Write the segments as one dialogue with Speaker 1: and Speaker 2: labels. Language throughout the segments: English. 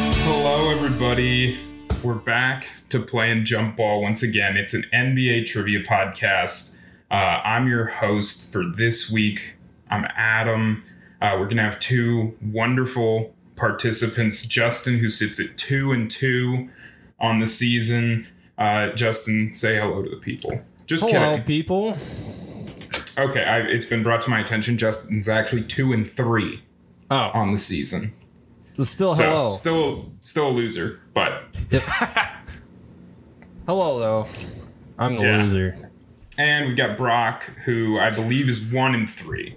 Speaker 1: Hello, everybody. We're back to playing jump ball once again. It's an NBA trivia podcast. Uh, I'm your host for this week. I'm Adam. Uh, we're gonna have two wonderful participants. Justin, who sits at two and two on the season. Uh, Justin, say hello to the people. Just
Speaker 2: Hello,
Speaker 1: kidding.
Speaker 2: people.
Speaker 1: Okay, I, it's been brought to my attention. Justin's actually two and three
Speaker 2: Oh,
Speaker 1: on the season.
Speaker 2: still
Speaker 1: So
Speaker 2: hello.
Speaker 1: still, still a loser, but
Speaker 2: hello, though. I'm the
Speaker 1: Yeah.
Speaker 2: loser.
Speaker 1: And we've got Brock, who I believe is one in three.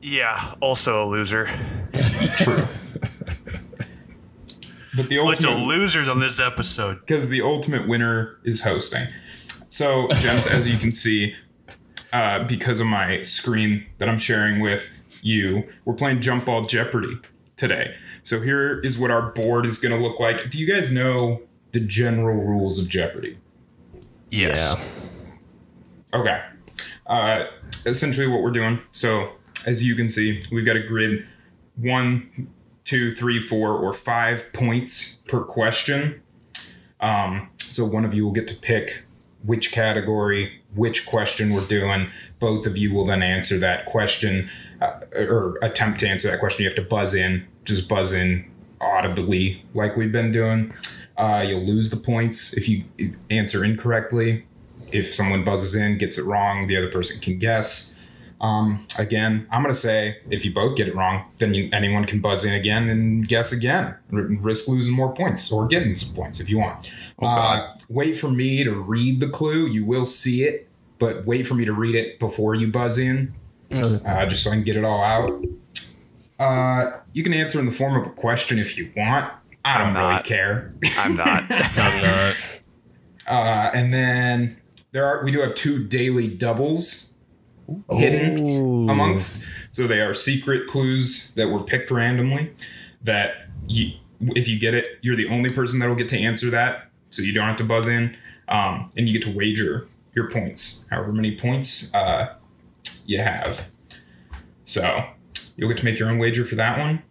Speaker 3: Yeah, also a loser.
Speaker 1: True. but the
Speaker 3: Bunch of
Speaker 1: ultimate
Speaker 3: losers on this episode.
Speaker 1: because the ultimate winner is hosting. So, gents, as you can see, uh, because of my screen that I'm sharing with you, we're playing Jump Ball Jeopardy today. So here is what our board is going to look like. Do you guys know the general rules of Jeopardy?
Speaker 3: Yes.
Speaker 1: Okay. Uh, essentially, what we're doing. So, as you can see, we've got a grid one, two, three, four, or five points per question. Um, so, one of you will get to pick which category, which question we're doing. Both of you will then answer that question uh, or attempt to answer that question. You have to buzz in, just buzz in audibly, like we've been doing. Uh, you'll lose the points if you answer incorrectly if someone buzzes in, gets it wrong, the other person can guess. Um, again, I'm going to say if you both get it wrong, then you, anyone can buzz in again and guess again, r- risk losing more points or getting some points if you want. Uh, wait for me to read the clue. You will see it, but wait for me to read it before you buzz in, uh, just so I can get it all out. Uh, you can answer in the form of a question if you want. I don't
Speaker 3: I'm
Speaker 1: really
Speaker 3: not.
Speaker 1: care.
Speaker 3: I'm not.
Speaker 2: I'm not.
Speaker 1: Uh, and then there are we do have two daily doubles hidden
Speaker 2: Ooh.
Speaker 1: amongst. So they are secret clues that were picked randomly. That you, if you get it, you're the only person that will get to answer that. So you don't have to buzz in, um, and you get to wager your points, however many points uh, you have. So you'll get to make your own wager for that one.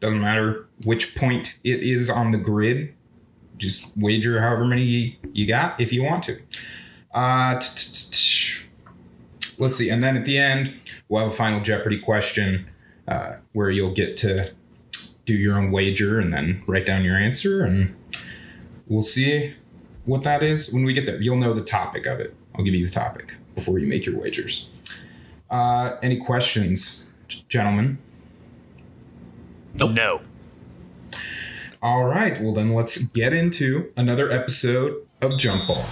Speaker 1: Doesn't matter which point it is on the grid. Just wager however many you got if you want to. Uh, t- t- t- t- Let's see. And then at the end, we'll have a final Jeopardy question uh, where you'll get to do your own wager and then write down your answer. And we'll see what that is when we get there. You'll know the topic of it. I'll give you the topic before you make your wagers. Uh, any questions, g- gentlemen?
Speaker 3: No.
Speaker 1: All right, well then let's get into another episode of Jump Ball.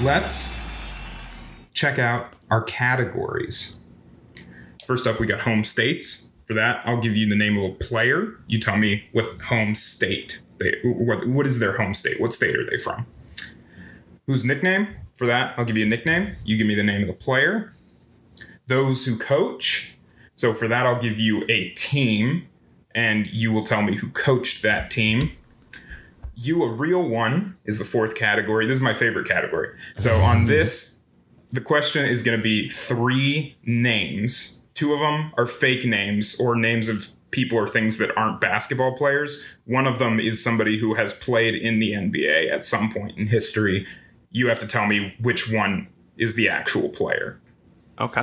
Speaker 1: Let's check out our categories. First up, we got home states. For that, I'll give you the name of a player. You tell me what home state they what what is their home state? What state are they from? Whose nickname? For that, I'll give you a nickname. You give me the name of the player. Those who coach. So for that, I'll give you a team, and you will tell me who coached that team. You a real one is the fourth category. This is my favorite category. So on this, the question is going to be three names. Two of them are fake names or names of people or things that aren't basketball players. One of them is somebody who has played in the NBA at some point in history. You have to tell me which one is the actual player
Speaker 3: Okay.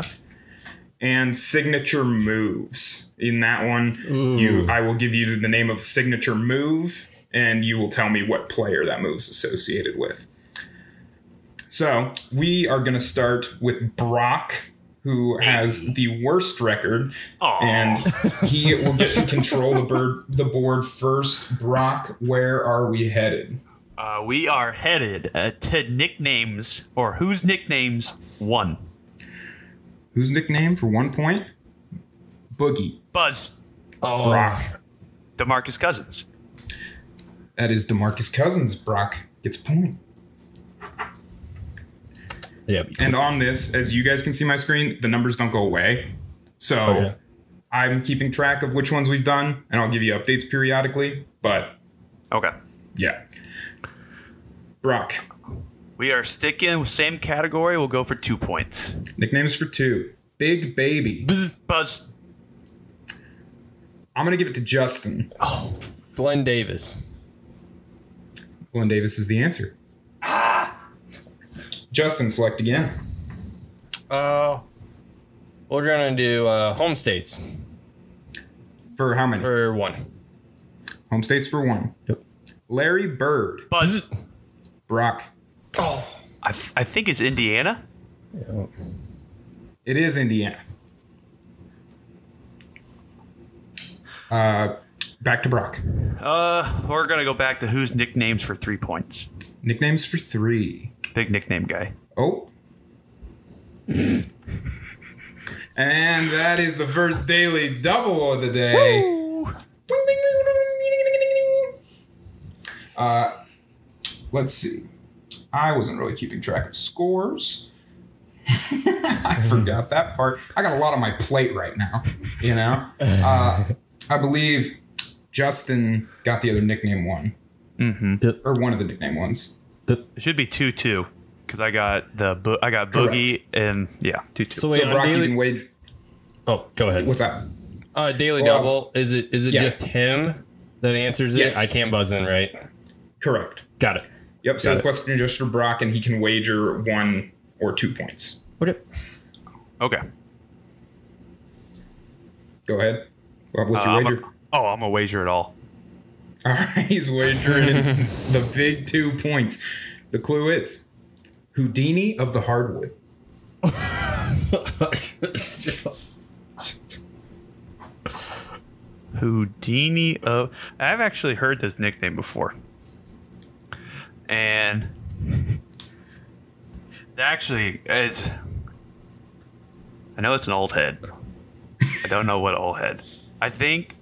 Speaker 1: and signature moves. In that one, you I will give you the name of a signature move, and you will tell me what player that move is associated with. So we are going to start with Brock, who has the worst record,
Speaker 3: Aw.
Speaker 1: and he will get to control the bird the board first. Brock, where are we headed?
Speaker 3: Uh, we are headed uh, to nicknames or whose nicknames won.
Speaker 1: Whose nickname for one point? Boogie.
Speaker 3: Buzz,
Speaker 2: Oh,
Speaker 1: Brock.
Speaker 3: DeMarcus Cousins.
Speaker 1: That is Demarcus Cousins. Brock gets a point.
Speaker 2: Yep.
Speaker 1: And on this, as you guys can see my screen, the numbers don't go away. So
Speaker 2: Okay.
Speaker 1: I'm keeping track of which ones we've done, and I'll give you updates periodically. But
Speaker 3: Okay.
Speaker 1: yeah. Brock,
Speaker 3: We are sticking with same category. We'll go for two points.
Speaker 1: nicknames for two Big Baby,
Speaker 3: Buzz. Buzz.
Speaker 1: I'm gonna give it to Justin.
Speaker 2: Glenn Davis.
Speaker 1: Glenn Davis is the answer. Justin, select again.
Speaker 3: Oh,
Speaker 2: Uh, We're gonna do uh, home states
Speaker 1: For how many?
Speaker 2: for one.
Speaker 1: Home states for one.
Speaker 2: Yep.
Speaker 1: Larry Bird,
Speaker 3: Buzz.
Speaker 1: Brock.
Speaker 3: I, f- I think it's Indiana.
Speaker 1: It is Indiana. Uh, back to Brock.
Speaker 3: Uh, we're gonna go back to whose nicknames for three points.
Speaker 1: Nicknames for three.
Speaker 3: Big nickname guy.
Speaker 1: Oh. and that is the first daily double of the day. Uh, let's see. I wasn't really keeping track of scores. I forgot that part. I got a lot on my plate right now. You know, uh, I believe Justin got the other nickname one,
Speaker 3: Mm-hmm.
Speaker 1: or one of the nickname ones.
Speaker 3: It should be two two, because I got the bo- I got boogie and yeah two two.
Speaker 2: So wait,
Speaker 1: So
Speaker 2: on
Speaker 1: Brock, you
Speaker 2: daily.
Speaker 1: can wait.
Speaker 2: Oh, go ahead.
Speaker 1: What's up?
Speaker 2: Uh, daily
Speaker 1: Well, I was-
Speaker 2: double. Is it is it
Speaker 1: Yeah.
Speaker 2: just him that answers it?
Speaker 1: Yes.
Speaker 2: I can't buzz in, right?
Speaker 1: Correct.
Speaker 2: Got it.
Speaker 1: Yep. So
Speaker 2: Got
Speaker 1: the
Speaker 2: it.
Speaker 1: question is just for Brock, and he can wager one or two points.
Speaker 2: Okay.
Speaker 3: okay.
Speaker 1: Go ahead. Well, what's
Speaker 3: Uh,
Speaker 1: your
Speaker 3: I'm
Speaker 1: wager?
Speaker 3: a, oh, I'm a wager at all.
Speaker 1: All right, he's wagering the big two points. The clue is Houdini of the hardwood.
Speaker 3: Houdini of I've actually heard this nickname before. And actually it's I know it's an old head. I don't know what old head. I think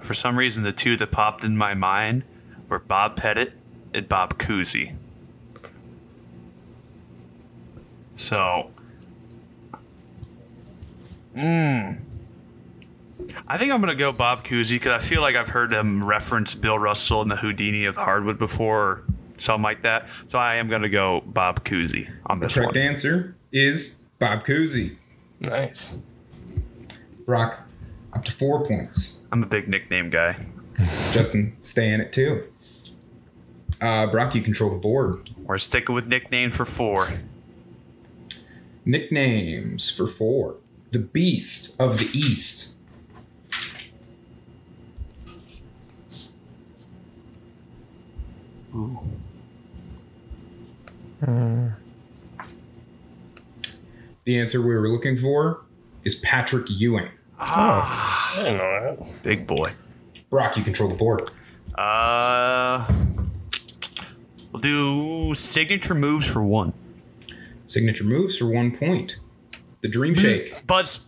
Speaker 3: for some reason the two that popped in my mind were Bob Pettit and Bob Cousy. So hmm. I think I'm gonna go Bob Cousy because I feel like I've heard him reference Bill Russell and the Houdini of the hardwood before, or something like that. So I am gonna go Bob Cousy on
Speaker 1: The
Speaker 3: this
Speaker 1: correct
Speaker 3: one.
Speaker 1: answer is Bob Cousy.
Speaker 2: Nice.
Speaker 1: Brock, up to four points.
Speaker 3: I'm a big nickname guy.
Speaker 1: Justin, stay in it too. Uh, Brock, you control the board.
Speaker 3: We're sticking with nickname for four.
Speaker 1: Nicknames for four. The Beast of the East. The answer we were looking for is Patrick Ewing.
Speaker 2: I didn't know that.
Speaker 3: Big boy.
Speaker 1: Brock, you control the board.
Speaker 3: Uh, we'll do signature moves for one.
Speaker 1: Signature moves for one point. The Dream Shake.
Speaker 3: Buzz.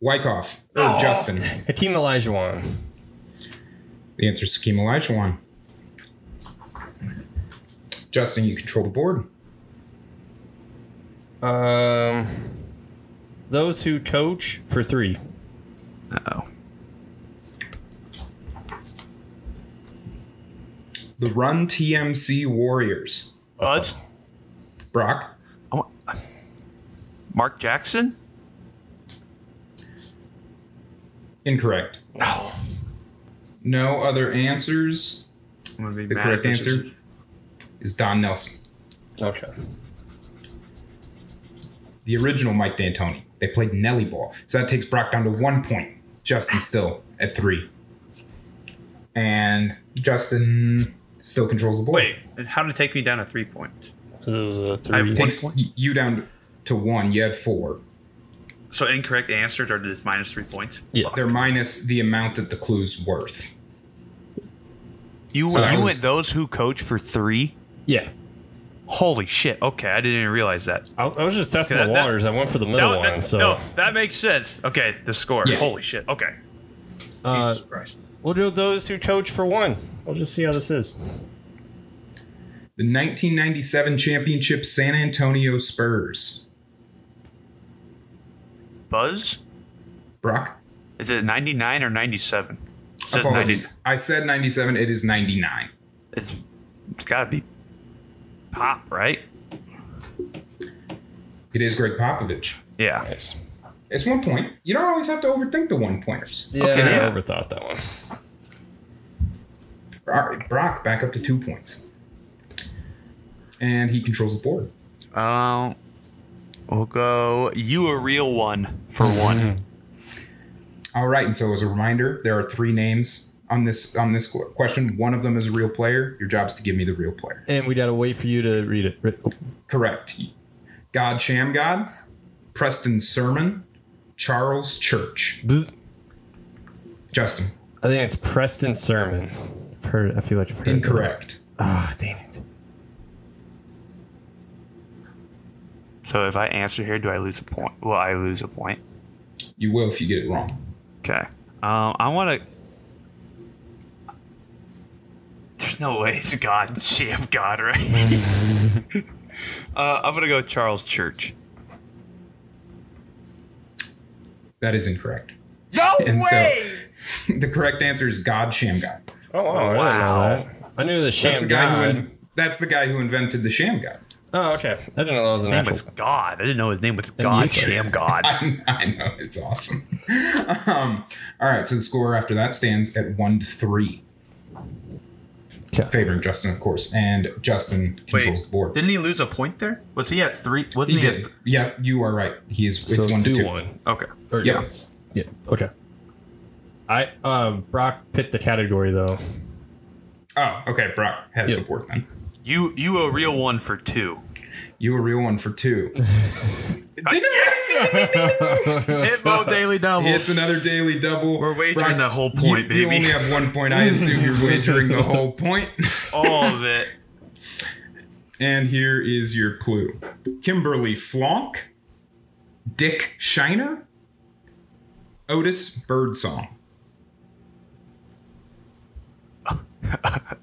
Speaker 1: Wyckoff. Or Justin.
Speaker 2: Hakeem Olajuwon.
Speaker 1: The answer is Hakeem Olajuwon. Justin, you control the board.
Speaker 2: Um, those who coach for three.
Speaker 3: Oh,
Speaker 1: The Run TMC Warriors.
Speaker 3: Buzz.
Speaker 1: Brock,
Speaker 3: Oh, Mark Jackson.
Speaker 1: incorrect. No other answers.
Speaker 3: I'm gonna be
Speaker 1: The
Speaker 3: mad
Speaker 1: correct
Speaker 3: if this
Speaker 1: answer
Speaker 3: is-
Speaker 1: is Don Nelson,
Speaker 2: Okay.
Speaker 1: the original Mike D'Antoni. They played Nelly ball, so that takes Brock down to one point. Justin still at three, and Justin still controls the board.
Speaker 3: Wait, how did it take me down to three points?
Speaker 2: So those are the
Speaker 3: I-
Speaker 2: three.
Speaker 1: takes y- you down to one. You had four.
Speaker 3: So incorrect answers are just minus three points.
Speaker 2: Yeah.
Speaker 1: They're minus the amount that the clue's worth.
Speaker 3: You
Speaker 1: So that
Speaker 3: you
Speaker 1: was-
Speaker 3: and those who coach for three.
Speaker 2: Yeah.
Speaker 3: Holy shit! Okay, I didn't even realize that.
Speaker 2: I, I was just testing
Speaker 3: Yeah,
Speaker 2: the
Speaker 3: that-
Speaker 2: waters. I went for the middle
Speaker 3: No, that-
Speaker 2: one. So
Speaker 3: no, that makes sense. Okay, the score.
Speaker 1: Yeah.
Speaker 3: Holy shit! Okay,
Speaker 2: uh,
Speaker 3: Jesus Christ.
Speaker 2: we'll do those who coach for one. We'll just see how this is.
Speaker 1: The 1997 championship San Antonio Spurs.
Speaker 3: Buzz.
Speaker 1: Brock,
Speaker 3: Is it ninety nine or ninety seven? Says ninety.
Speaker 1: Apologies. I said 97. It is 99.
Speaker 3: It's it's gotta be pop, right?
Speaker 1: It is Greg Popovich.
Speaker 3: Yeah.
Speaker 2: Nice.
Speaker 1: It's one point. You don't always have to overthink the one pointers.
Speaker 2: Yeah,
Speaker 3: Okay,
Speaker 2: I
Speaker 3: yeah.
Speaker 2: overthought that one.
Speaker 1: All right, Brock back up to two points. And he controls the board.
Speaker 3: Uh, we'll go. You a real one for one.
Speaker 1: All right, and so as a reminder, there are three names on this on this qu- question. One of them is a real player. Your job's to give me the real player.
Speaker 2: And we gotta wait for you to read it. Re-
Speaker 1: Correct. God Sham God, Preston Sermon, Charles Church.
Speaker 2: Bzz.
Speaker 1: Justin.
Speaker 2: I think it's Preston Sermon. I've heard. I feel like I've heard.
Speaker 1: Incorrect.
Speaker 2: Ah, damn it.
Speaker 3: So if I answer here, do I lose a point? Well, I lose a point.
Speaker 1: You will if you get it wrong.
Speaker 3: Okay. Um, I want to. There's no way it's God, sham God, right? uh, I'm gonna go Charles Church.
Speaker 1: That is incorrect.
Speaker 3: No
Speaker 1: And so the correct answer is God Sham God.
Speaker 2: Oh wow! I,
Speaker 3: Wow.
Speaker 2: didn't know that. I knew the sham
Speaker 1: That's the guy who in- that's the guy who invented the sham god.
Speaker 2: Oh, okay. I didn't know that was an
Speaker 3: His
Speaker 2: actual.
Speaker 3: name was God. I didn't know his name was God.
Speaker 2: you-
Speaker 3: Sham God.
Speaker 1: I, I know it's awesome. um, all right, so the score after that stands at one to three,
Speaker 2: Okay.
Speaker 1: favoring Justin, of course, and Justin controls the board.
Speaker 3: he lose a point there? Was he at three? Wasn't
Speaker 1: he did. Yeah, you are right. He is. It's one to two.
Speaker 2: one.
Speaker 3: Okay.
Speaker 2: Or-
Speaker 1: Yeah.
Speaker 2: Yeah. Okay. I um Brock picked the category though.
Speaker 1: Oh, okay. Brock has
Speaker 2: Yeah.
Speaker 1: the board then.
Speaker 3: You you a real one for two.
Speaker 1: You a real one for two.
Speaker 3: Hitmo Daily Double.
Speaker 1: It's another daily double.
Speaker 3: We're wagering the whole point,
Speaker 1: you, You
Speaker 3: baby.
Speaker 1: only have one point. I assume you're wagering the whole point.
Speaker 3: all of it.
Speaker 1: And here is your clue Kimberly Flonk, Dick Shiner, Otis Birdsong.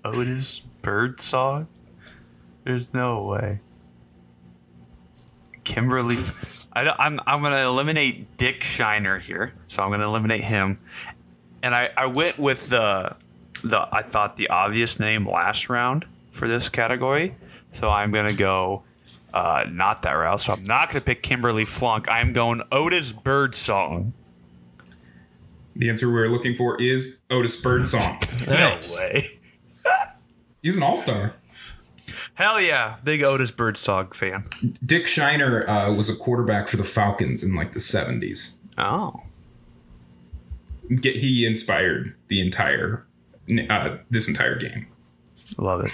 Speaker 3: Otis Birdsong? There's no way. Kimberly, I don't, I'm I'm gonna eliminate Dick Shiner here, so I'm gonna eliminate him, and I I went with the the I thought the obvious name last round for this category, so I'm gonna go. Uh, not that route. So I'm not going to pick Kimberly Flunk. I'm going Otis Birdsong.
Speaker 1: The answer we're looking for is Otis Birdsong.
Speaker 2: Nice.
Speaker 3: No way.
Speaker 1: He's an all star.
Speaker 3: Hell yeah. Big Otis Birdsong fan.
Speaker 1: Dick Shiner uh, was a quarterback for the Falcons in like the 70s.
Speaker 3: Oh.
Speaker 1: Get, he inspired the entire, uh, this entire game.
Speaker 3: Love it.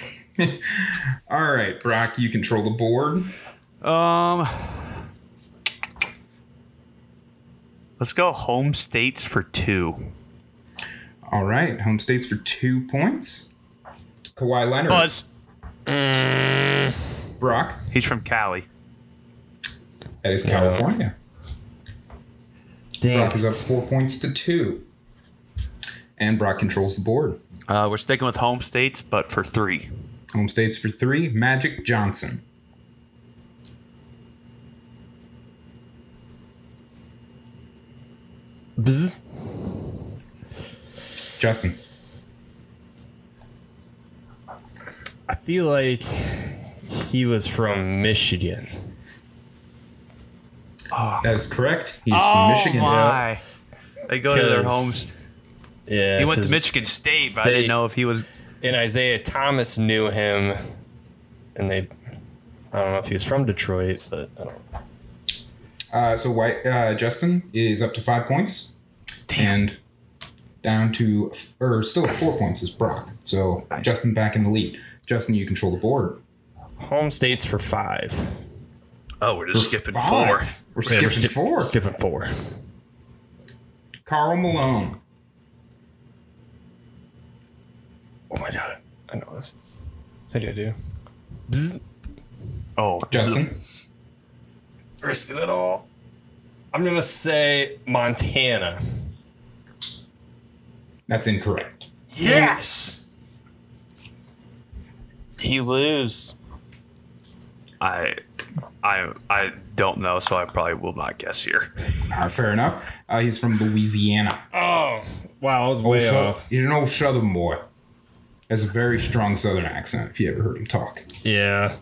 Speaker 1: All right, Brock, you control the board.
Speaker 3: Um, let's go home states for two.
Speaker 1: All right, home states for two points. Kawhi Leonard.
Speaker 3: Buzz.
Speaker 1: Brock.
Speaker 3: He's from Cali.
Speaker 1: That is California.
Speaker 2: Damn.
Speaker 1: Brock is up four points to two. And Brock controls the board.
Speaker 3: Uh, we're sticking with home states, but for three.
Speaker 1: Home states for three, Magic Johnson.
Speaker 2: Bzz.
Speaker 1: Justin.
Speaker 2: I feel like he was from Michigan.
Speaker 1: That is correct. He's
Speaker 3: oh
Speaker 1: from Michigan.
Speaker 3: my! They go to their
Speaker 2: Cause
Speaker 3: home. St-
Speaker 2: Yeah.
Speaker 3: he
Speaker 2: it's
Speaker 3: went to
Speaker 2: his-
Speaker 3: Michigan State, but I
Speaker 2: State.
Speaker 3: didn't know if he was.
Speaker 2: And Isaiah Thomas knew him, and they. I don't know if he was from Detroit, but I don't.
Speaker 1: Uh, so White uh, Justin is up to five points. And down to or still at four points is Brock. So Justin back in the lead. Justin, you control the board.
Speaker 2: Home states for five.
Speaker 3: Oh, we're just skipping
Speaker 1: Five.
Speaker 3: four.
Speaker 1: We're
Speaker 2: Yeah,
Speaker 1: skipping
Speaker 2: skip-
Speaker 1: four.
Speaker 2: Skipping four.
Speaker 1: Carl Malone.
Speaker 2: Oh my god! I know this. I think I do. Bzz.
Speaker 3: Oh, this is-
Speaker 1: Justin.
Speaker 2: Risking it all. I'm gonna say Montana.
Speaker 1: That's incorrect.
Speaker 3: Yes.
Speaker 2: He lose.
Speaker 3: I, I, I don't know, so I probably will not guess here.
Speaker 1: Uh, fair enough. Uh, he's from Louisiana.
Speaker 2: Oh wow! I was way
Speaker 1: So-
Speaker 2: off.
Speaker 1: He's an old Southern boy. Has a very strong Southern accent. If you ever heard him talk,
Speaker 2: Yeah.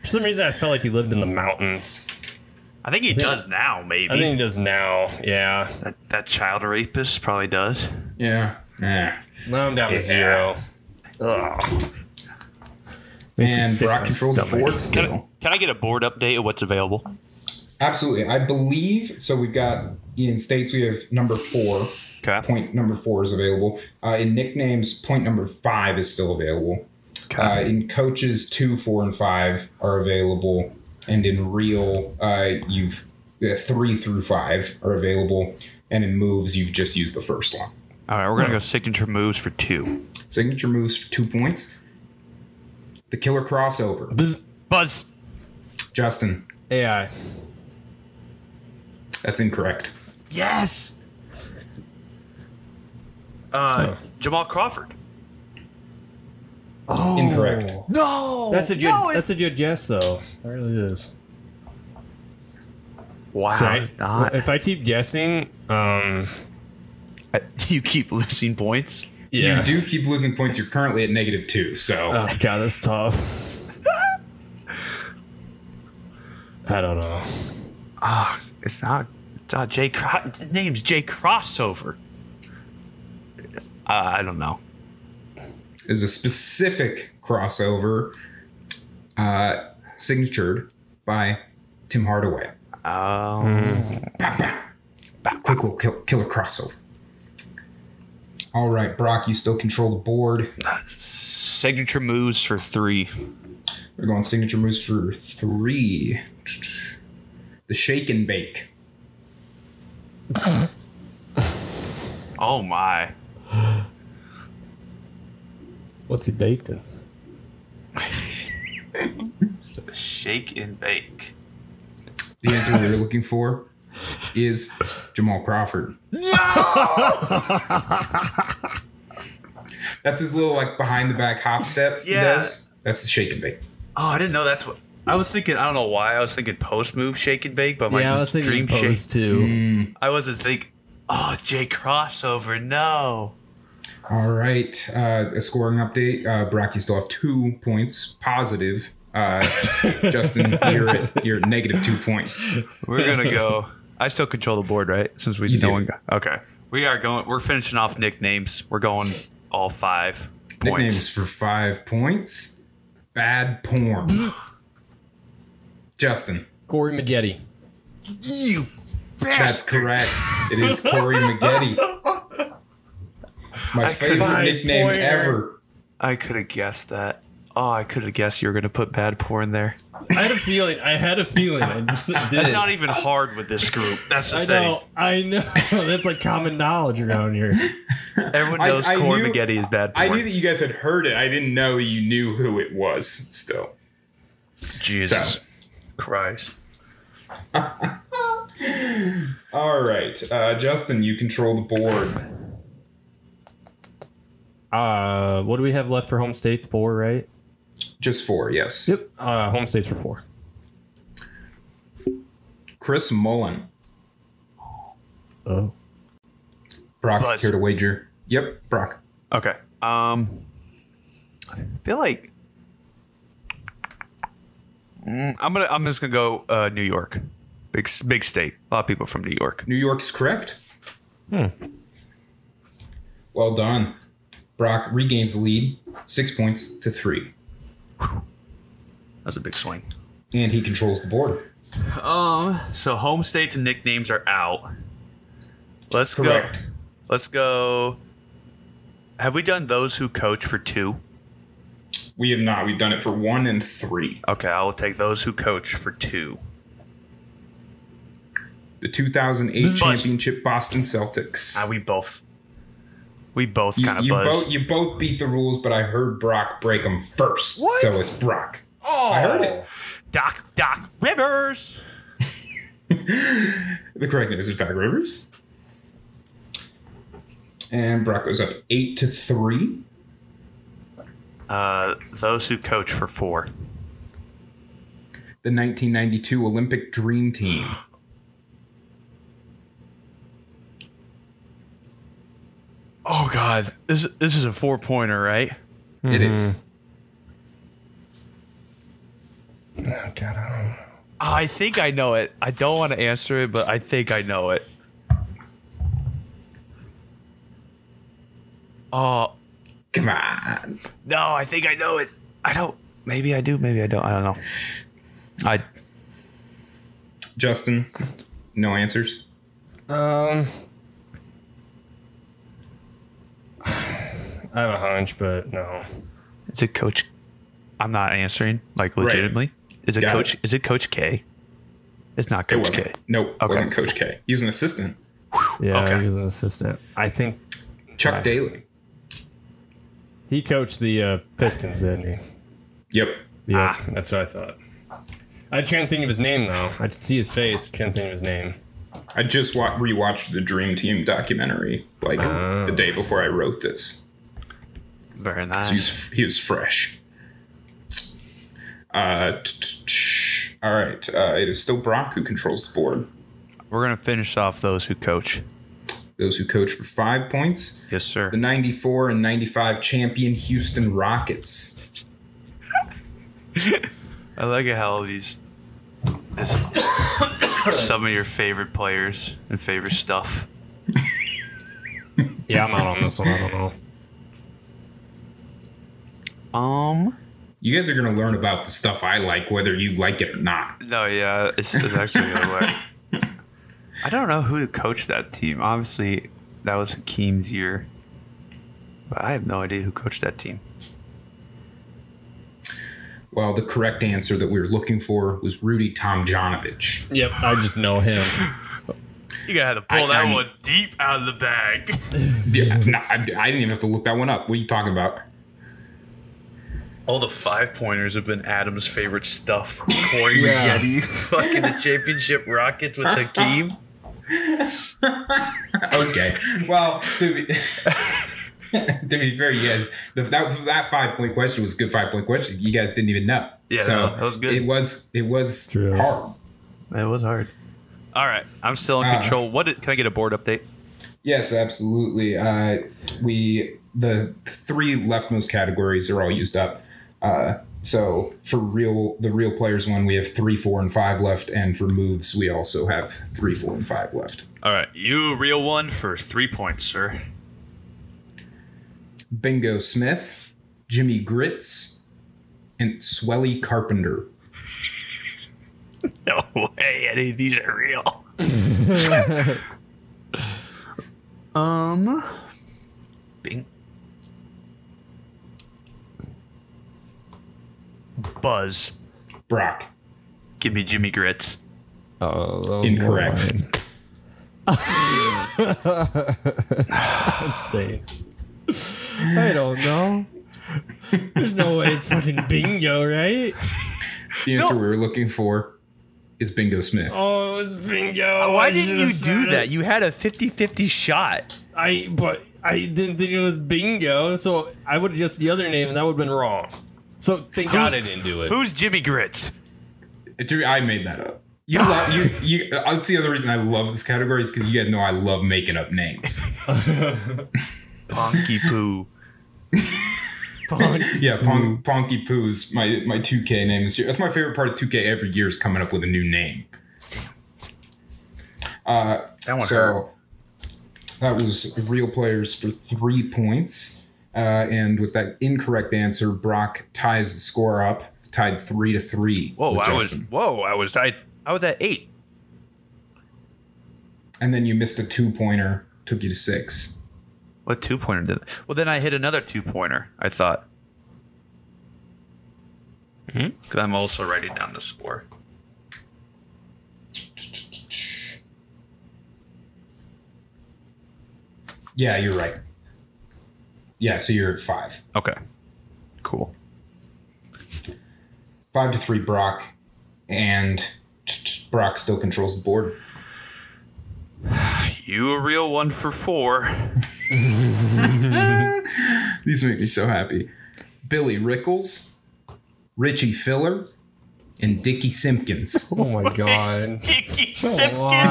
Speaker 2: For some reason, I felt like he lived in the mountains.
Speaker 3: I think he does now, maybe.
Speaker 2: I think he does now. Yeah.
Speaker 3: that, that child rapist probably does.
Speaker 1: Yeah. Yeah.
Speaker 2: Now I'm down
Speaker 1: Yeah.
Speaker 2: to zero. Ugh. Makes me
Speaker 1: And
Speaker 2: sick
Speaker 1: Brock
Speaker 2: to my
Speaker 1: controls the
Speaker 2: stomach.
Speaker 1: board still.
Speaker 3: Can I get a board update of what's available?
Speaker 1: Absolutely. I believe so. We've got in states, we have number four.
Speaker 3: Okay.
Speaker 1: Point number four is available. Uh, in nicknames, point number five is still available. Uh,
Speaker 3: okay.
Speaker 1: in coaches, two, four, and five are available. And in real, uh, you've uh, three through five are available. And in moves, you've just used the first one.
Speaker 3: All right, we're going to go signature moves for two.
Speaker 1: Signature moves for two points. The killer crossover.
Speaker 2: Bzz.
Speaker 3: Buzz.
Speaker 1: Justin,
Speaker 2: AI.
Speaker 1: that's incorrect.
Speaker 3: Yes. Uh, Jamal Crawford.
Speaker 1: Incorrect.
Speaker 3: Oh, No.
Speaker 2: That's a good. that's a good guess, though. That really is.
Speaker 3: wow.
Speaker 2: I- if I keep guessing, um,
Speaker 3: you keep losing points.
Speaker 2: yeah.
Speaker 1: You do keep losing points. You're currently at negative two. So.
Speaker 2: Oh god, that's tough. I don't know.
Speaker 3: Ah, it's not. It's not Jay. Cro- his name's Jay Crossover. Uh, I don't know.
Speaker 1: is a specific crossover uh, signatured by Tim Hardaway.
Speaker 3: Oh.
Speaker 1: Bah, bah. Bah, quick little kill, killer crossover. All right, Brock, you still control the board.
Speaker 3: signature moves for three.
Speaker 1: We're going signature moves for three. The shake and bake.
Speaker 3: Oh my.
Speaker 2: What's he baked in?
Speaker 3: Shake and bake.
Speaker 1: The answer we are looking for is Jamal Crawford. No! That's his little like behind the back hop step. he
Speaker 3: Yeah.
Speaker 1: does. That's the shake and bake.
Speaker 3: Oh, I didn't know that's what. I was thinking. I don't know why. I was thinking post move shake and bake, but my
Speaker 2: yeah, I was thinking
Speaker 3: dream
Speaker 2: pose
Speaker 3: shake.
Speaker 2: too.
Speaker 3: I wasn't think. Oh, Jay Crossover. No.
Speaker 1: All right. Uh, a scoring update. Uh, Brock, you still have two points positive. Uh, Justin, you're at, you're at negative two points.
Speaker 3: We're gonna go. I still control the board, right? Since we
Speaker 1: You
Speaker 3: no
Speaker 1: do.
Speaker 3: one. got- Okay. We are going. We're finishing off nicknames. We're going all five points.
Speaker 1: Nicknames for five points. Bad porn. Justin,
Speaker 2: Corey Maggette.
Speaker 3: You
Speaker 1: that's
Speaker 3: bastard.
Speaker 1: correct. It is Corey Maggette. My
Speaker 3: I could-
Speaker 1: favorite
Speaker 3: My
Speaker 1: nickname
Speaker 2: pointer.
Speaker 1: ever.
Speaker 3: I could have guessed that. Oh, I could have guessed you were gonna put bad porn there.
Speaker 2: I had a feeling. I had a feeling. I did.
Speaker 3: That's not even hard with this group. That's the
Speaker 2: I
Speaker 3: thing.
Speaker 2: know. I know. That's like common knowledge around here.
Speaker 3: Everyone
Speaker 1: I-
Speaker 3: knows
Speaker 1: I
Speaker 3: Corey
Speaker 1: knew-
Speaker 3: Maggette is bad
Speaker 1: I
Speaker 3: porn.
Speaker 1: knew that you guys had heard it. I didn't know you knew who it was still.
Speaker 3: Jesus
Speaker 1: So.
Speaker 3: Christ.
Speaker 1: All right. Uh, Justin, you control the board.
Speaker 2: Uh, what do we have left for home states? Four, right?
Speaker 1: Just four, yes.
Speaker 2: Uh, home states for four.
Speaker 1: Chris Mullen.
Speaker 2: Oh.
Speaker 1: Brock
Speaker 3: Buzz.
Speaker 1: here to wager. Yep, Brock.
Speaker 3: Okay. Um, I feel like Mm, I'm gonna. I'm just gonna go uh, New York, big s- big state. A lot of people from New York.
Speaker 1: New York is correct. Hmm. Well done. Brock regains the lead, six points to three,
Speaker 3: That's a big swing.
Speaker 1: and he controls the board.
Speaker 3: Um. So home states and nicknames are out. Let's
Speaker 1: Correct.
Speaker 3: go. Let's go. Have we done those who coach for two?
Speaker 1: We have not. We've done it for one and three.
Speaker 3: Okay, I will take those who coach for two.
Speaker 1: The 2008
Speaker 3: Buzz.
Speaker 1: championship Boston Celtics.
Speaker 3: Ah, we both. We both
Speaker 1: you,
Speaker 3: kind of
Speaker 1: you
Speaker 3: buzz.
Speaker 1: both you both beat the rules, but I heard Brock break them first.
Speaker 3: What?
Speaker 1: So it's Brock.
Speaker 3: oh,
Speaker 1: I heard it.
Speaker 3: Doc Doc Rivers.
Speaker 1: The correct name is Doc Rivers. And Brock goes up eight to three.
Speaker 3: Uh, those who coach for four.
Speaker 1: The 1992 Olympic Dream Team.
Speaker 3: Oh God, this this is a four pointer, right? Mm-hmm.
Speaker 1: It is.
Speaker 2: Oh god, I don't.
Speaker 3: I think I know it. I don't want to answer it, but I think I know it. Oh
Speaker 1: Come on.
Speaker 3: no, I think I know it. I don't. Maybe I do. Maybe I don't. I don't know. I
Speaker 1: Justin, no answers.
Speaker 2: Um, I have a hunch, but no.
Speaker 3: is it Coach. I'm not answering. Like legitimately, is it
Speaker 1: Got
Speaker 3: Coach?
Speaker 1: it.
Speaker 3: Is it Coach K? It's not
Speaker 1: It
Speaker 3: Coach
Speaker 1: wasn't.
Speaker 3: K.
Speaker 1: Nope, wasn't Coach K. He was an assistant.
Speaker 4: Yeah,
Speaker 3: Okay.
Speaker 4: he was an assistant.
Speaker 2: I think
Speaker 1: Chuck Daly.
Speaker 4: He coached the uh,
Speaker 2: Pistons, didn't he?
Speaker 1: Yep.
Speaker 4: yeah.
Speaker 2: Ah, that's what I thought. I can't think of his name though. I could see his face, can't think of his name.
Speaker 1: I just wa- rewatched the Dream Team documentary like the day before I wrote this.
Speaker 3: Very
Speaker 1: He
Speaker 3: nice.
Speaker 1: was he was fresh. Uh, t- t- t- all right. Uh, it is still Brock who controls the board.
Speaker 3: We're gonna finish off those who coach.
Speaker 1: Those who coach for five points.
Speaker 3: Yes, sir.
Speaker 1: The 94 and 95 champion Houston Rockets.
Speaker 3: I like it how all these this, some of your favorite players and favorite stuff.
Speaker 2: Yeah, I'm out on this one. I don't know.
Speaker 3: Um.
Speaker 1: You guys are going to learn about the stuff I like, whether you like it or not.
Speaker 3: No, yeah, it's, it's actually the other way. I don't know who coached that team. Obviously, that was Hakeem's year, but I have no idea who coached that team.
Speaker 1: Well, the correct answer that we were looking for was Rudy Tomjanovich.
Speaker 2: Yep, I just know him.
Speaker 3: You gotta
Speaker 1: pull I- that I'm- one
Speaker 3: deep out of the bag.
Speaker 1: Yeah, no, I, I didn't even have to look that one up. What are you talking about?
Speaker 3: All the five pointers have been Adam's favorite stuff. Corn Yeti, fucking the championship Rockets with Hakeem.
Speaker 1: Okay. well, to be, to be fair, you guys, the, that that five point question was a good five point question. You guys didn't even know.
Speaker 3: Yeah,
Speaker 1: so
Speaker 3: no, that was good.
Speaker 1: It was it was
Speaker 4: True.
Speaker 1: hard.
Speaker 3: It was hard. All right, I'm still in
Speaker 1: Uh.
Speaker 3: control. What did, can I get a board update?
Speaker 1: Yes, absolutely. Uh, we the three leftmost categories are all used up. Uh, so for real, the real players one, we have three, four, and five left, and for moves, we also have three, four, and five left.
Speaker 3: All right, you real one for three points, sir.
Speaker 1: Bingo Smith, Jimmy Grits, and Swelly Carpenter.
Speaker 3: No way, any of these are real. um, Bing. Buzz,
Speaker 1: Brock.
Speaker 3: give me Jimmy Grits.
Speaker 4: Oh, that was
Speaker 1: Incorrect.
Speaker 4: one line. I'm staying. I don't know. There's no way it's fucking bingo, right?
Speaker 1: The answer we were looking for is Bingo Smith.
Speaker 4: Oh, it's bingo. I
Speaker 3: Uh, Why didn't
Speaker 4: should've
Speaker 3: you do
Speaker 4: said
Speaker 3: that?
Speaker 4: it.
Speaker 3: You had a 50-50 shot.
Speaker 4: I but I didn't think it was bingo, so I would have just the other name, and that would have been wrong. So thank God I didn't do it.
Speaker 3: Who's Jimmy Grits?
Speaker 1: Dude, I made that up. You, love, you, you. uh, That's the other reason I love this category is because you guys know I love making up names.
Speaker 3: Ponky Poo.
Speaker 1: Yeah,
Speaker 3: Mm.
Speaker 1: Pon- Ponky Poo's my my 2K name this year. That's my favorite part of 2K every year is coming up with a new name. Uh,
Speaker 3: That one
Speaker 1: so
Speaker 3: hurt.
Speaker 1: that was real players for three points, uh, and with that incorrect answer, Brock ties the score up, tied three to three.
Speaker 3: Whoa,
Speaker 1: with
Speaker 3: I was.
Speaker 1: Justin.
Speaker 3: Whoa, I was. I, I was at eight.
Speaker 1: and then you missed a two pointer, took you to six.
Speaker 3: What two pointer did? I? Well, then I hit another two pointer. I thought. Because I'm also writing down the score.
Speaker 1: Yeah, you're right. Yeah, so you're at five.
Speaker 3: Okay. Cool.
Speaker 1: Five to three, Brock. And Brock still controls the board.
Speaker 3: You a real one for four.
Speaker 1: These make me so happy. Billy Rickles, Richie Filler, and Dickie Simpkins.
Speaker 4: oh my God.
Speaker 3: Dicky
Speaker 4: Why?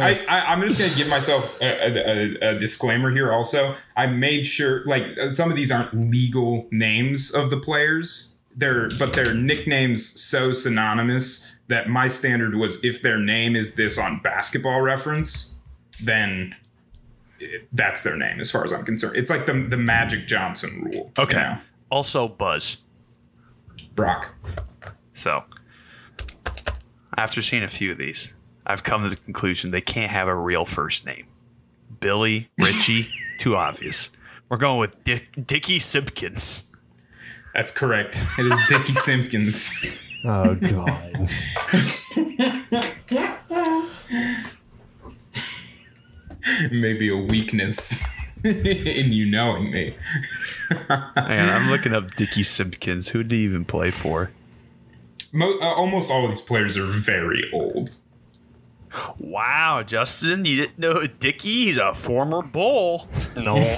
Speaker 1: I, I, I'm just going to give myself a, a, a, a disclaimer here also. I made sure, like, uh, some of these aren't legal names of the players. their but their nicknames so synonymous that my standard was if their name is this on basketball reference, then it, that's their name as far as I'm concerned. It's like the the Magic Johnson rule. you
Speaker 3: Okay.
Speaker 1: know?
Speaker 3: Also, Buzz.
Speaker 1: Brock.
Speaker 3: So, after seeing a few of these, I've come to the conclusion they can't have a real first name. Billy, Richie, too obvious. We're going with Dick, Dickie Simpkins.
Speaker 1: That's correct. It is Dickie Simpkins.
Speaker 2: Oh god.
Speaker 1: Maybe a weakness in you knowing me.
Speaker 3: Man, I'm looking up Dickie Simpkins. Who did he even play for?
Speaker 1: Mo- uh, almost all of these players are very old.
Speaker 3: Wow, Justin, you didn't know Dickie? He's a former bull.
Speaker 2: no.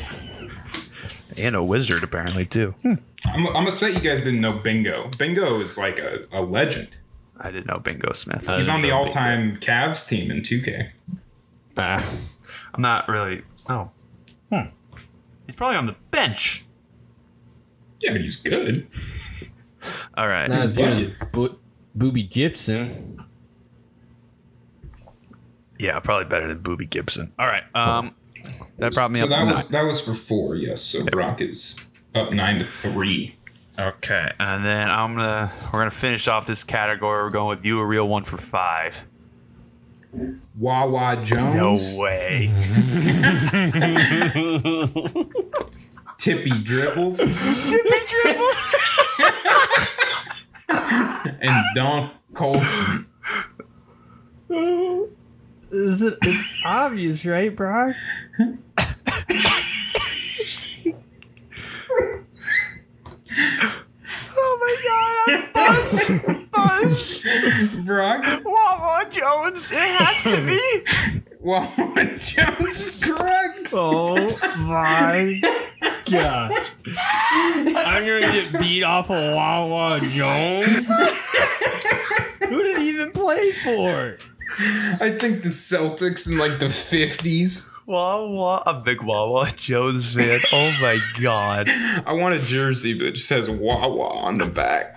Speaker 3: And a wizard, apparently, too.
Speaker 1: Hmm. I'm, I'm upset you guys didn't know Bingo. Bingo is like a, a legend.
Speaker 3: I didn't know Bingo Smith.
Speaker 1: He's on the
Speaker 2: Bingo.
Speaker 1: all time Cavs team in 2K.
Speaker 2: Ah.
Speaker 3: I'm not really. Oh. Hmm. He's probably on the bench.
Speaker 1: Yeah, but he's good.
Speaker 3: All right.
Speaker 4: Not as good as
Speaker 1: Yeah.
Speaker 4: Bo- Booby Gibson.
Speaker 3: Yeah, probably better than Booby Gibson. All right. Um, that brought me
Speaker 1: so
Speaker 3: up.
Speaker 1: that
Speaker 3: to
Speaker 1: was that was for four, yes. So Brock is up nine to three.
Speaker 3: nine. okay, and then I'm gonna we're gonna finish off this category. We're going with you a real one for five.
Speaker 1: Wawa
Speaker 3: No
Speaker 1: Jones,
Speaker 3: way.
Speaker 1: Tippy Dribbles, and Don Colson.
Speaker 4: Is it? It's obvious, right, Brock?
Speaker 3: oh my god! Buzz, Buzz,
Speaker 1: Brock,
Speaker 3: Wawa Jones. It has to be.
Speaker 1: Wawa Jones is correct.
Speaker 4: Oh my god! I'm gonna get beat off of Wawa Jones. Who did he even play for?
Speaker 1: I think the Celtics in like the 50s.
Speaker 3: Wawa, a big Wawa Jones fan. Oh my god!
Speaker 1: I want a jersey that just says Wawa on the back.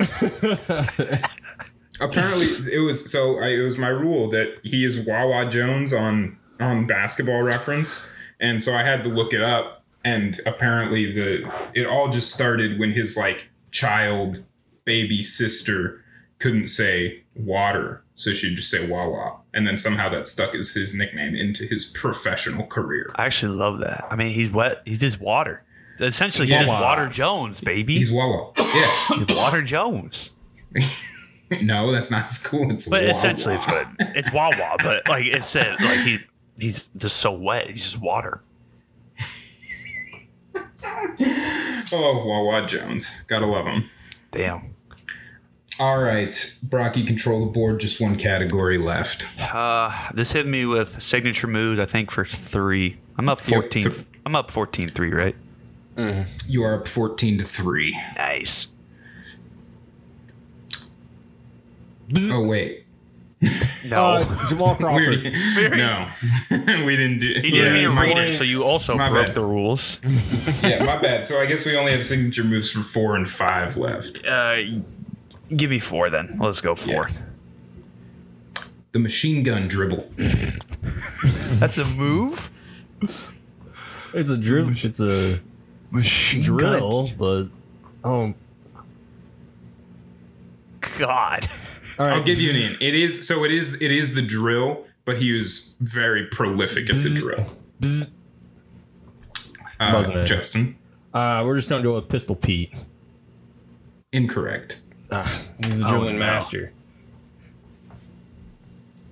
Speaker 1: Apparently, it was so. I, it was my rule that he is Wawa Jones on on basketball reference, and so I had to look it up. And apparently, the it all just started when his like child baby sister couldn't say water, so she'd just say Wawa, and then somehow that stuck as his nickname into his professional career.
Speaker 3: I actually love that. I mean, he's wet. He's just water. Essentially, he's just
Speaker 1: Wawa.
Speaker 3: Water Jones, baby.
Speaker 1: He's Wawa. Yeah.
Speaker 3: He's Water Jones.
Speaker 1: No, that's not his cool. It's
Speaker 3: But
Speaker 1: Wawa.
Speaker 3: essentially, it's what it's Wawa, but like it said, like he he's just so wet, he's just water.
Speaker 1: Oh, Wawa Jones. Gotta love him.
Speaker 3: Damn.
Speaker 1: All right. Brock, you control the board, just one category left.
Speaker 3: Uh, this hit me with signature moves. I think for three, I'm up
Speaker 1: Yeah,
Speaker 3: 14.
Speaker 1: th-
Speaker 3: I'm up 14-3, right?
Speaker 1: You are up 14 to 3.
Speaker 3: Nice.
Speaker 1: Oh, wait.
Speaker 3: No,
Speaker 4: Uh, Jamal
Speaker 1: We
Speaker 4: Crawford.
Speaker 1: already- no, we didn't do
Speaker 3: you didn't even
Speaker 1: my,
Speaker 3: read it, so you also
Speaker 1: My
Speaker 3: broke
Speaker 1: bad.
Speaker 3: the rules.
Speaker 1: Yeah, my bad. So I guess we only have signature moves for four and five left.
Speaker 3: Uh, give me four then. Let's go four.
Speaker 1: The machine gun dribble.
Speaker 3: That's a move.
Speaker 4: It's a drill. It's a
Speaker 3: Machine
Speaker 4: drill, but oh,
Speaker 3: God.
Speaker 4: all right.
Speaker 1: I'll give you an in. It is so it is it is the drill, but he was very prolific at the drill.
Speaker 4: Bzz.
Speaker 1: Uh,
Speaker 4: Wasn't it?
Speaker 1: Justin.
Speaker 4: Uh, we're just gonna go with Pistol Pete.
Speaker 1: Incorrect.
Speaker 4: Ah, he's the drilling
Speaker 3: no.
Speaker 4: master.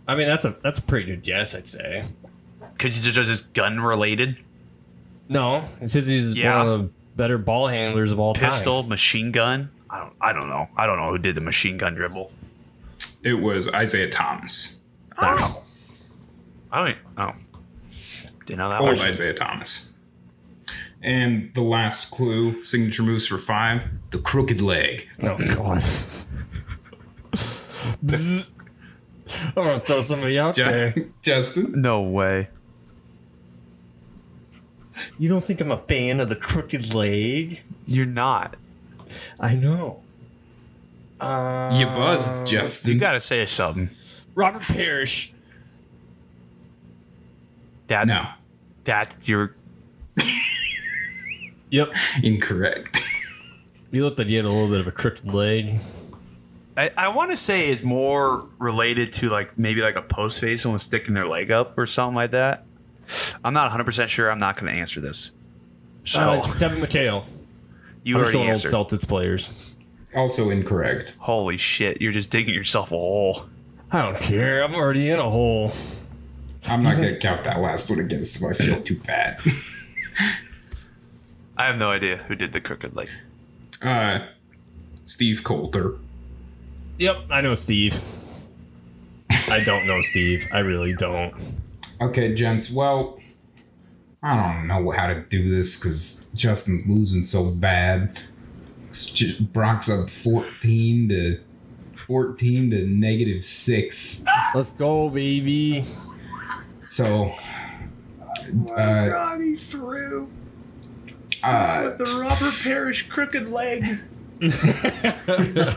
Speaker 4: I mean, that's a that's a pretty good guess, I'd say.
Speaker 3: Because it's just it's gun related.
Speaker 4: No, it's just he's
Speaker 3: Yeah.
Speaker 4: one of the better ball handlers of all
Speaker 3: Pistol, machine gun. I don't. I don't know. I don't know who did the machine gun dribble.
Speaker 1: It was Isaiah Thomas.
Speaker 3: Oh. I don't. Oh. Didn't know that
Speaker 1: Old
Speaker 3: was.
Speaker 1: Isaiah Thomas. And the last clue, signature moves for five, the crooked leg.
Speaker 4: time. Oh god. Bzz. I'm gonna throw somebody out
Speaker 1: Ju-
Speaker 4: there.
Speaker 1: Justin?
Speaker 3: No way.
Speaker 4: You don't think I'm a fan of the crooked leg?
Speaker 3: You're not.
Speaker 4: I know.
Speaker 2: Uh,
Speaker 1: You buzzed,
Speaker 3: You
Speaker 1: Justin.
Speaker 3: gotta say something.
Speaker 4: Robert Parrish.
Speaker 3: That
Speaker 1: no,
Speaker 3: that's your
Speaker 4: Yep.
Speaker 1: incorrect.
Speaker 4: You looked like you had a little bit of a crooked leg.
Speaker 3: I, I wanna say it's more related to like maybe like a post face, someone sticking their leg up or something like that. I'm not hundred percent sure I'm not gonna answer this. So
Speaker 4: Uh, Devin McHale.
Speaker 3: you
Speaker 4: I'm
Speaker 3: already
Speaker 4: still an old
Speaker 3: answered.
Speaker 4: Celtics players.
Speaker 1: Also incorrect.
Speaker 3: Holy shit, you're just digging yourself a hole.
Speaker 4: I don't care. I'm already in a hole.
Speaker 1: I'm not gonna count that last one against him. I feel too bad.
Speaker 3: I have no idea who did the crooked leg.
Speaker 1: Uh, Steve Coulter.
Speaker 4: Yep, I know Steve. I don't know Steve. I really don't.
Speaker 1: Okay, gents. Well, I don't know how to do this because Justin's losing so bad. It's ju- Brock's up fourteen to fourteen to negative six.
Speaker 4: Let's go, baby.
Speaker 1: So, uh,
Speaker 3: he threw
Speaker 1: uh,
Speaker 3: Robert Parrish crooked leg.
Speaker 1: uh,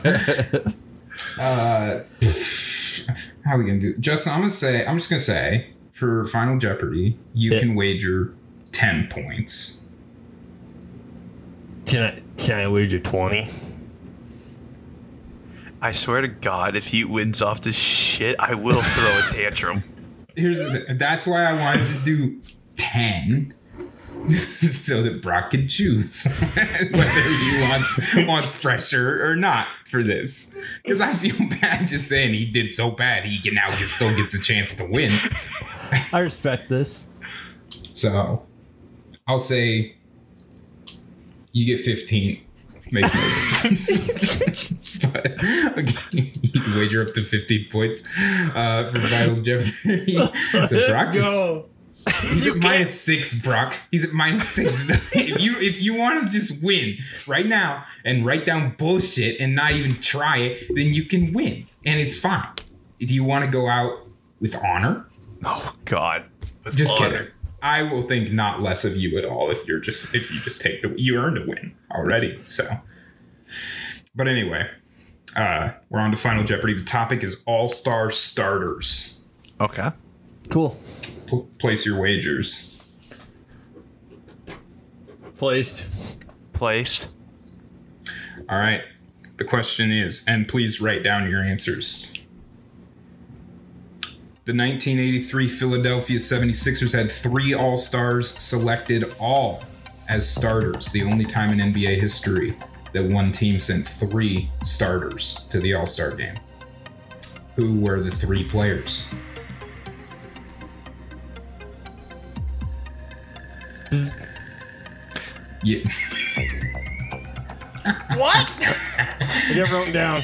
Speaker 1: how are we gonna do? Justin, I'm gonna say. I'm just gonna say for Final Jeopardy, you
Speaker 4: Yeah.
Speaker 1: can wager ten points.
Speaker 4: Can I can I wager twenty?
Speaker 3: I swear to God, if he wins off this shit, I will throw a tantrum.
Speaker 1: Here's the th- that's why I wanted to do ten. so that Brock can choose whether he wants wants pressure or not for this, because I feel bad just saying he did so bad he can now get, still gets a chance to win.
Speaker 4: I respect this.
Speaker 1: So I'll say you get 15. Makes no difference. but okay, you can wager up to 15 points uh, for Vital Jeopardy. So Brock,
Speaker 4: go.
Speaker 1: he's at minus six, Brock. He's at minus six. if you if you want to just win right now and write down bullshit and not even try it, then you can win. And it's fine. Do you want to go out with honor?
Speaker 3: Oh God. With
Speaker 1: Just
Speaker 3: honor.
Speaker 1: kidding. I will think not less of you at all if you're just if you just take the you earned a win already. So, but anyway, uh, we're on to Final Jeopardy. The topic is All Star starters.
Speaker 3: Okay.
Speaker 4: Cool.
Speaker 1: P- place your wagers.
Speaker 4: Placed.
Speaker 3: Placed.
Speaker 1: All right. The question is, and please write down your answers. The 1983 Philadelphia 76ers had three All Stars selected, all as starters. The only time in NBA history that one team sent three starters to the All Star game. Who were the three players? Yeah.
Speaker 4: I got wrote down.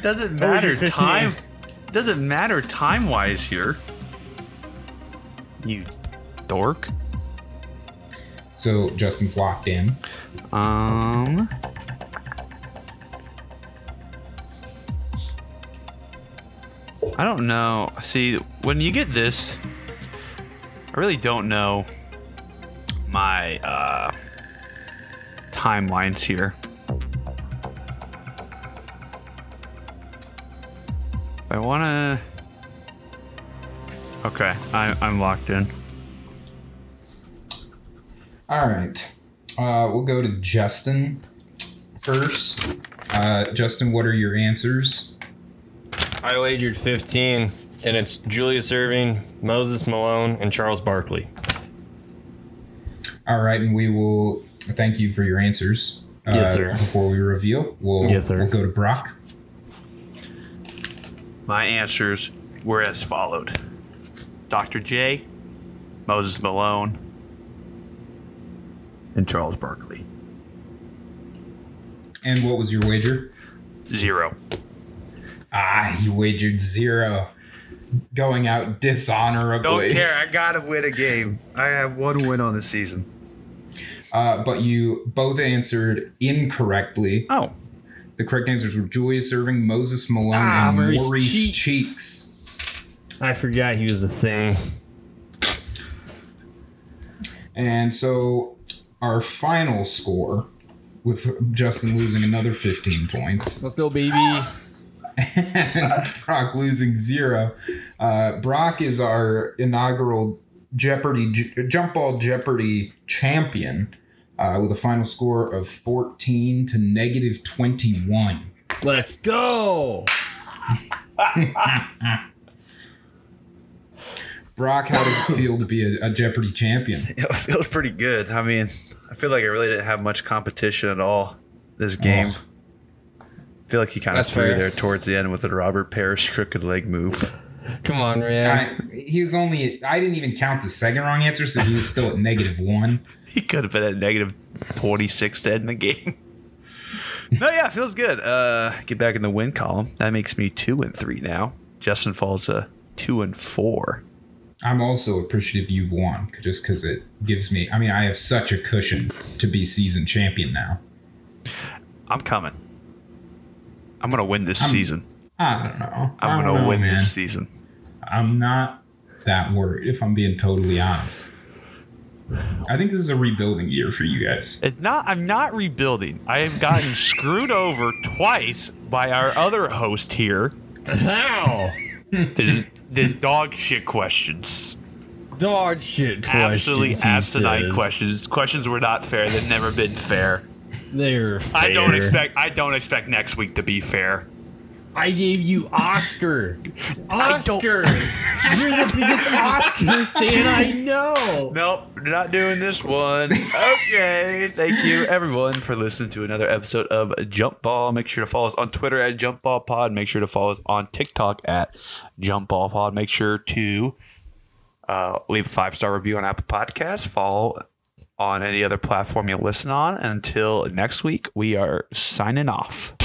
Speaker 3: Doesn't
Speaker 4: What was your
Speaker 3: matter
Speaker 4: 15?
Speaker 3: time. Doesn't matter time wise here. You dork.
Speaker 1: So Justin's locked in.
Speaker 3: Um. I don't know. See, when you get this, I really don't know my uh, timelines here. If I want to. Okay, I, I'm locked in.
Speaker 1: All right. Uh, we'll go to Justin first. Uh, Justin, what are your answers?
Speaker 2: I wagered 15, and it's Julius Irving, Moses Malone, and Charles Barkley.
Speaker 1: All right, and we will thank you for your answers. Uh,
Speaker 2: Yes, sir.
Speaker 1: Before we reveal, we'll
Speaker 2: Yes, sir.
Speaker 1: we'll go to Brock.
Speaker 3: My answers were as followed Dr. J, Moses Malone, and Charles Barkley.
Speaker 1: And what was your wager?
Speaker 3: Zero.
Speaker 1: Ah, he wagered zero, going out dishonorably.
Speaker 3: I gotta win a game. I have one win on the season.
Speaker 1: Uh, but you both answered incorrectly.
Speaker 3: Oh,
Speaker 1: The correct answers were Julius Irving, Moses Malone,
Speaker 4: Ah,
Speaker 1: and
Speaker 4: Maurice
Speaker 1: Maurice,
Speaker 4: Cheeks.
Speaker 1: Cheeks.
Speaker 4: I forgot he was a thing.
Speaker 1: And so our final score with Justin losing another 15 points.
Speaker 4: Let's go, baby.
Speaker 1: and Brock losing zero. Uh, Brock is our inaugural Jeopardy J- Jump Ball Jeopardy champion uh, with a final score of 14 to negative 21.
Speaker 4: Let's go.
Speaker 1: Brock, how does it feel to be a, a Jeopardy champion?
Speaker 3: It feels pretty good. I mean, I feel like I really didn't have much competition at all this game.
Speaker 1: Oh.
Speaker 3: I feel like he kind of
Speaker 2: That's
Speaker 3: threw
Speaker 2: fair.
Speaker 3: there towards the end with the Robert Parrish crooked leg move.
Speaker 2: Come on, man.
Speaker 1: I, he was only, I didn't even count the second wrong answer, so he was still at negative one.
Speaker 3: He could have been at negative 26 to end the game. no, yeah, feels good. Uh, get back in the win column. That makes me two and three now. Justin falls to two and four.
Speaker 1: I'm also appreciative you've won c- just because it gives me, I mean, I have such a cushion to be season champion now.
Speaker 3: I'm coming. I'm gonna win this season.
Speaker 1: I don't know.
Speaker 3: I'm
Speaker 1: I don't
Speaker 3: gonna
Speaker 1: know,
Speaker 3: win
Speaker 1: man.
Speaker 3: this season.
Speaker 1: I'm not that worried if I'm being totally honest. I think this is a rebuilding year for you guys.
Speaker 3: It's not. I'm not rebuilding. I have gotten screwed over twice by our other host here.
Speaker 4: How?
Speaker 3: The, the dog shit questions.
Speaker 4: Dog shit questions.
Speaker 3: Absolutely
Speaker 4: he
Speaker 3: asinine
Speaker 4: says.
Speaker 3: questions. Questions were not fair. They've never been fair.
Speaker 4: They're fair.
Speaker 3: I don't expect. I don't expect next week to be fair.
Speaker 4: I gave you Oscar.
Speaker 3: don't-
Speaker 4: Oscar. You're the biggest Oscar stan I know.
Speaker 3: Nope, we're not doing this one. Okay, thank you everyone for listening to another episode of Jump Ball. Make sure to follow us on Twitter at Jump Ball Pod. Make sure to follow us on TikTok at Jump Ball Pod. Make sure to uh, leave a five star review on Apple Podcasts. Follow on any other platform you listen on. Until next week, we are signing off.